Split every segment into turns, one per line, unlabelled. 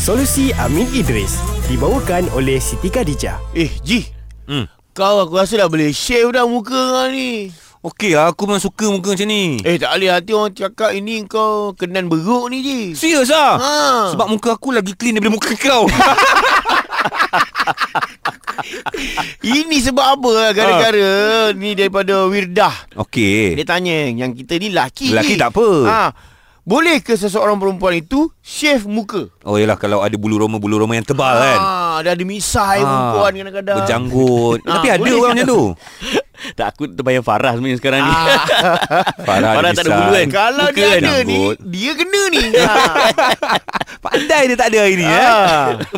Solusi Amin Idris dibawakan oleh Siti Khadijah.
Eh, Ji.
Hmm.
Kau aku rasa dah boleh shave dah muka kau ni.
Okey lah, aku memang suka muka macam ni.
Eh,
Eh.
tak boleh hati orang cakap ini kau kenan beruk ni, Ji.
Serius lah? Ha.
Ha.
Sebab muka aku lagi clean daripada muka kau.
ini sebab apa lah gara-gara
Ah.
ni daripada Wirdah. Eh, Dia
Okey.
tanya yang kita ni laki.
Lelaki
Ji.
tak apa.
Ha. Boleh ke seseorang perempuan itu shave muka?
Oh yelah, kalau ada bulu roma-bulu roma yang tebal
Ha,
kan. Ah.
dah ada misai ha. perempuan kadang-kadang.
Berjanggut.
Ah,
Tapi ada
boleh.
orang macam tu.
Tak aku terbayang Farah sebenarnya sekarang ni.
Ah.
Farah,
Farah tak ada bulu kan?
Kalau
Muka
dia
kan
ada ni,
janggut.
dia kena ni. Ha.
Pandai dia tak ada hari ni. Eh?
ha.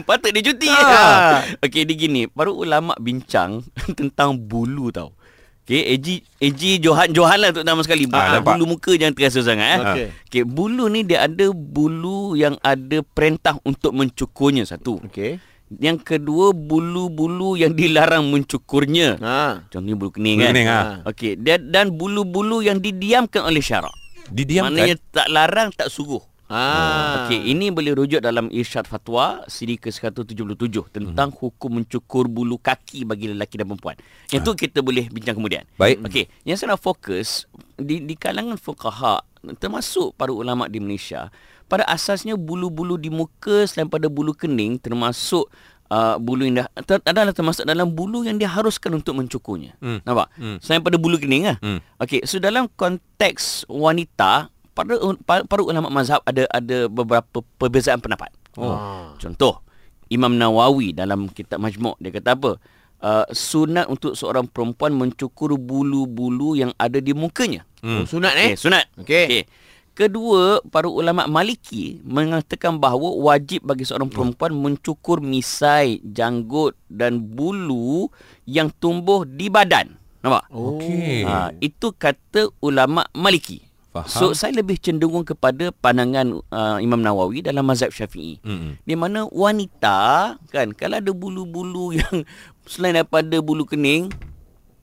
Patut dia cuti
Ah.
ah. Okey dia gini Baru ulama bincang Tentang bulu tau Okey AG AG Johan Johan lah terutama sekali
Ah,
ah,
nampak.
Bulu muka jangan terasa sangat eh.
Okey.
okay. bulu ni dia ada bulu Yang ada perintah untuk mencukurnya Satu
Okey.
Yang kedua Bulu-bulu yang dilarang mencukurnya
Ha.
Contohnya bulu kening
Bulu
kan
kening, ah.
Okey dan, dan bulu-bulu yang didiamkan oleh syarak
Didiamkan.
Maknanya tak larang tak suruh
Ha.
Oh,
Okey, ini boleh rujuk dalam irsyad fatwa siri ke-177 tentang hmm. hukum mencukur bulu kaki bagi lelaki dan perempuan. Yang tu kita boleh bincang kemudian.
Baik.
Okey, yang saya nak fokus di, di kalangan fuqaha termasuk para ulama di Malaysia, pada asasnya bulu-bulu di muka selain pada bulu kening termasuk Uh, bulu yang dah, ter, adalah termasuk dalam bulu yang diharuskan untuk mencukurnya.
Hmm.
Nampak?
Hmm.
Selain pada bulu kening lah.
Hmm.
Okey, so dalam konteks wanita, para para, para ulama mazhab ada ada beberapa perbezaan pendapat. Ha.
Oh.
Contoh, Imam Nawawi dalam kitab Majmu' dia kata apa? Uh, sunat untuk seorang perempuan mencukur bulu-bulu yang ada di mukanya.
Oh,
Hmm.
sunat eh?
Hmm. Okey, sunat.
Okey.
Okey. Kedua, para ulama Maliki mengatakan bahawa wajib bagi seorang perempuan mencukur misai, janggut dan bulu yang tumbuh di badan. Nampak?
Okey.
Ha, itu kata ulama Maliki.
Faham.
So saya lebih cenderung kepada pandangan uh, Imam Nawawi dalam mazhab Syafi'i.
Mm-mm.
Di mana wanita kan kalau ada bulu-bulu yang selain daripada bulu kening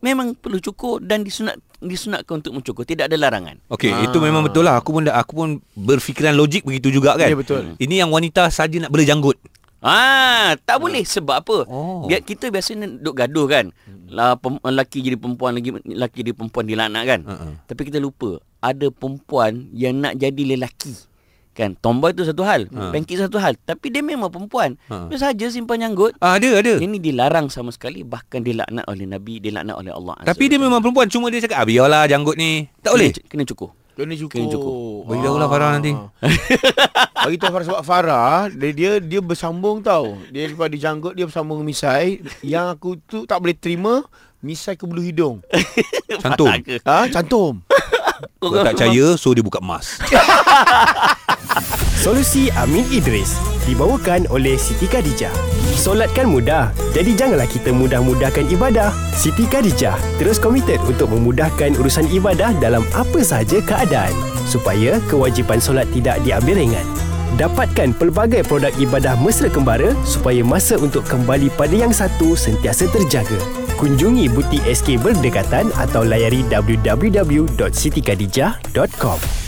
memang perlu cukur dan disunat disunatkan untuk mencukur, tidak ada larangan.
Okey, itu memang betul lah. Aku pun dah, aku pun berfikiran logik begitu juga kan.
Ya, betul.
Ini yang wanita saja nak berjanggut.
Ah, tak boleh sebab apa?
Oh. Hmm.
Biar kita biasanya duk gaduh kan. Lah pem, lelaki jadi perempuan lagi lelaki jadi perempan dilaknat kan.
Uh-uh.
Tapi kita lupa ada perempuan yang nak jadi lelaki. Kan tomboy tu satu hal,
Ha.
pancake satu hal, tapi dia memang perempuan.
Ha.
Dia saja simpan janggut.
Ah, ada, ada.
Ini dilarang sama sekali bahkan dilaknat oleh Nabi, dilaknat oleh Allah. Azza wa
Tapi dia
Jalla.
memang perempuan. Cuma dia cakap, ah, biarlah janggut ni. Tak boleh?
kena, kena cukur.
Kena cukup. Ah,
Kena cukup.
Bagi tahu lah Farah nanti.
Bagi tahu Farah sebab Farah dia, dia dia bersambung tau. Dia daripada janggut dia bersambung misai yang aku tu tak boleh terima misai ke bulu hidung.
Cantum.
Patah ke?
Ha cantum.
Kau-
Kau tak percaya, so dia buka emas.
Solusi Amin Idris dibawakan oleh Siti Khadijah. Solat kan mudah, jadi janganlah kita mudah-mudahkan ibadah. Siti Khadijah terus komited untuk memudahkan urusan ibadah dalam apa sahaja keadaan supaya kewajipan solat tidak diambil ringan. Dapatkan pelbagai produk ibadah mesra kembara supaya masa untuk kembali pada yang satu sentiasa terjaga. Kunjungi butik SK berdekatan atau layari www.sitikadijah.com.